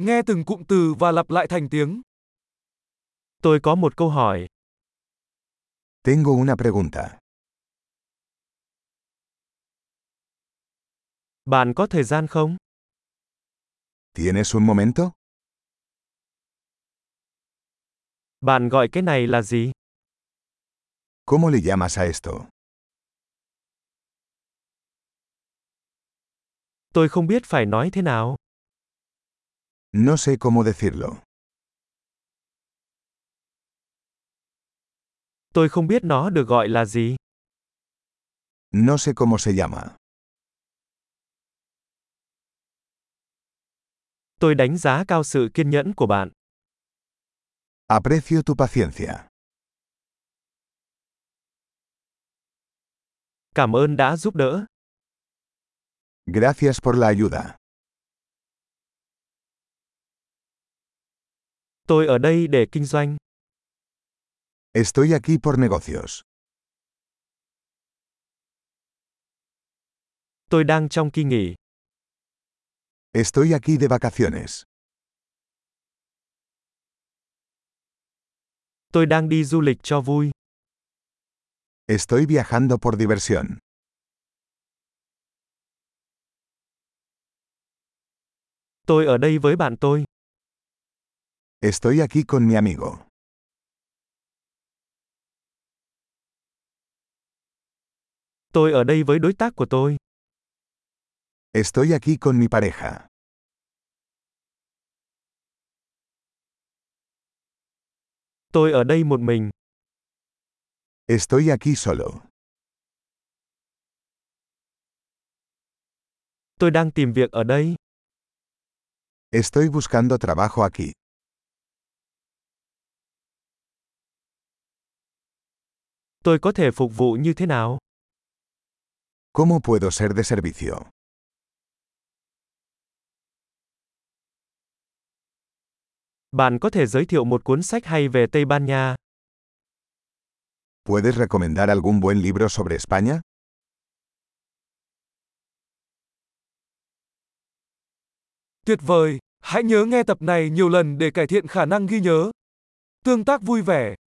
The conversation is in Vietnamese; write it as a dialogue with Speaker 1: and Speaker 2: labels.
Speaker 1: Nghe từng cụm từ và lặp lại thành tiếng.
Speaker 2: Tôi có một câu hỏi.
Speaker 3: Tengo una pregunta.
Speaker 2: Bạn có thời gian không?
Speaker 3: ¿Tienes un momento?
Speaker 2: Bạn gọi cái này là gì?
Speaker 3: ¿Cómo le llamas a esto?
Speaker 2: Tôi không biết phải nói thế nào.
Speaker 3: No sé cómo decirlo.
Speaker 2: Tôi không biết nó được gọi là gì.
Speaker 3: No sé cómo se llama.
Speaker 2: Tôi đánh giá cao sự kiên nhẫn của bạn.
Speaker 3: Aprecio tu paciencia.
Speaker 2: Cảm ơn đã giúp đỡ.
Speaker 3: Gracias por la ayuda.
Speaker 2: Tôi ở đây để kinh doanh.
Speaker 3: Estoy aquí por negocios.
Speaker 2: Tôi đang trong kỳ nghỉ.
Speaker 3: Estoy aquí de vacaciones.
Speaker 2: Tôi đang đi du lịch cho vui.
Speaker 3: Estoy viajando por diversión.
Speaker 2: Tôi ở đây với bạn tôi.
Speaker 3: Estoy aquí con mi amigo.
Speaker 2: Tôi ở đây với đối tác của tôi.
Speaker 3: Estoy aquí con mi pareja.
Speaker 2: Tôi ở đây một mình.
Speaker 3: Estoy aquí solo.
Speaker 2: Tôi đang tìm việc ở đây.
Speaker 3: Estoy buscando trabajo aquí.
Speaker 2: Tôi có thể phục vụ như thế nào?
Speaker 3: ¿Cómo puedo ser de servicio?
Speaker 2: Bạn có thể giới thiệu một cuốn sách hay về Tây Ban Nha.
Speaker 3: ¿Puedes recomendar algún buen libro sobre España?
Speaker 1: Tuyệt vời! Hãy nhớ nghe tập này nhiều lần để cải thiện khả năng ghi nhớ. Tương tác vui vẻ.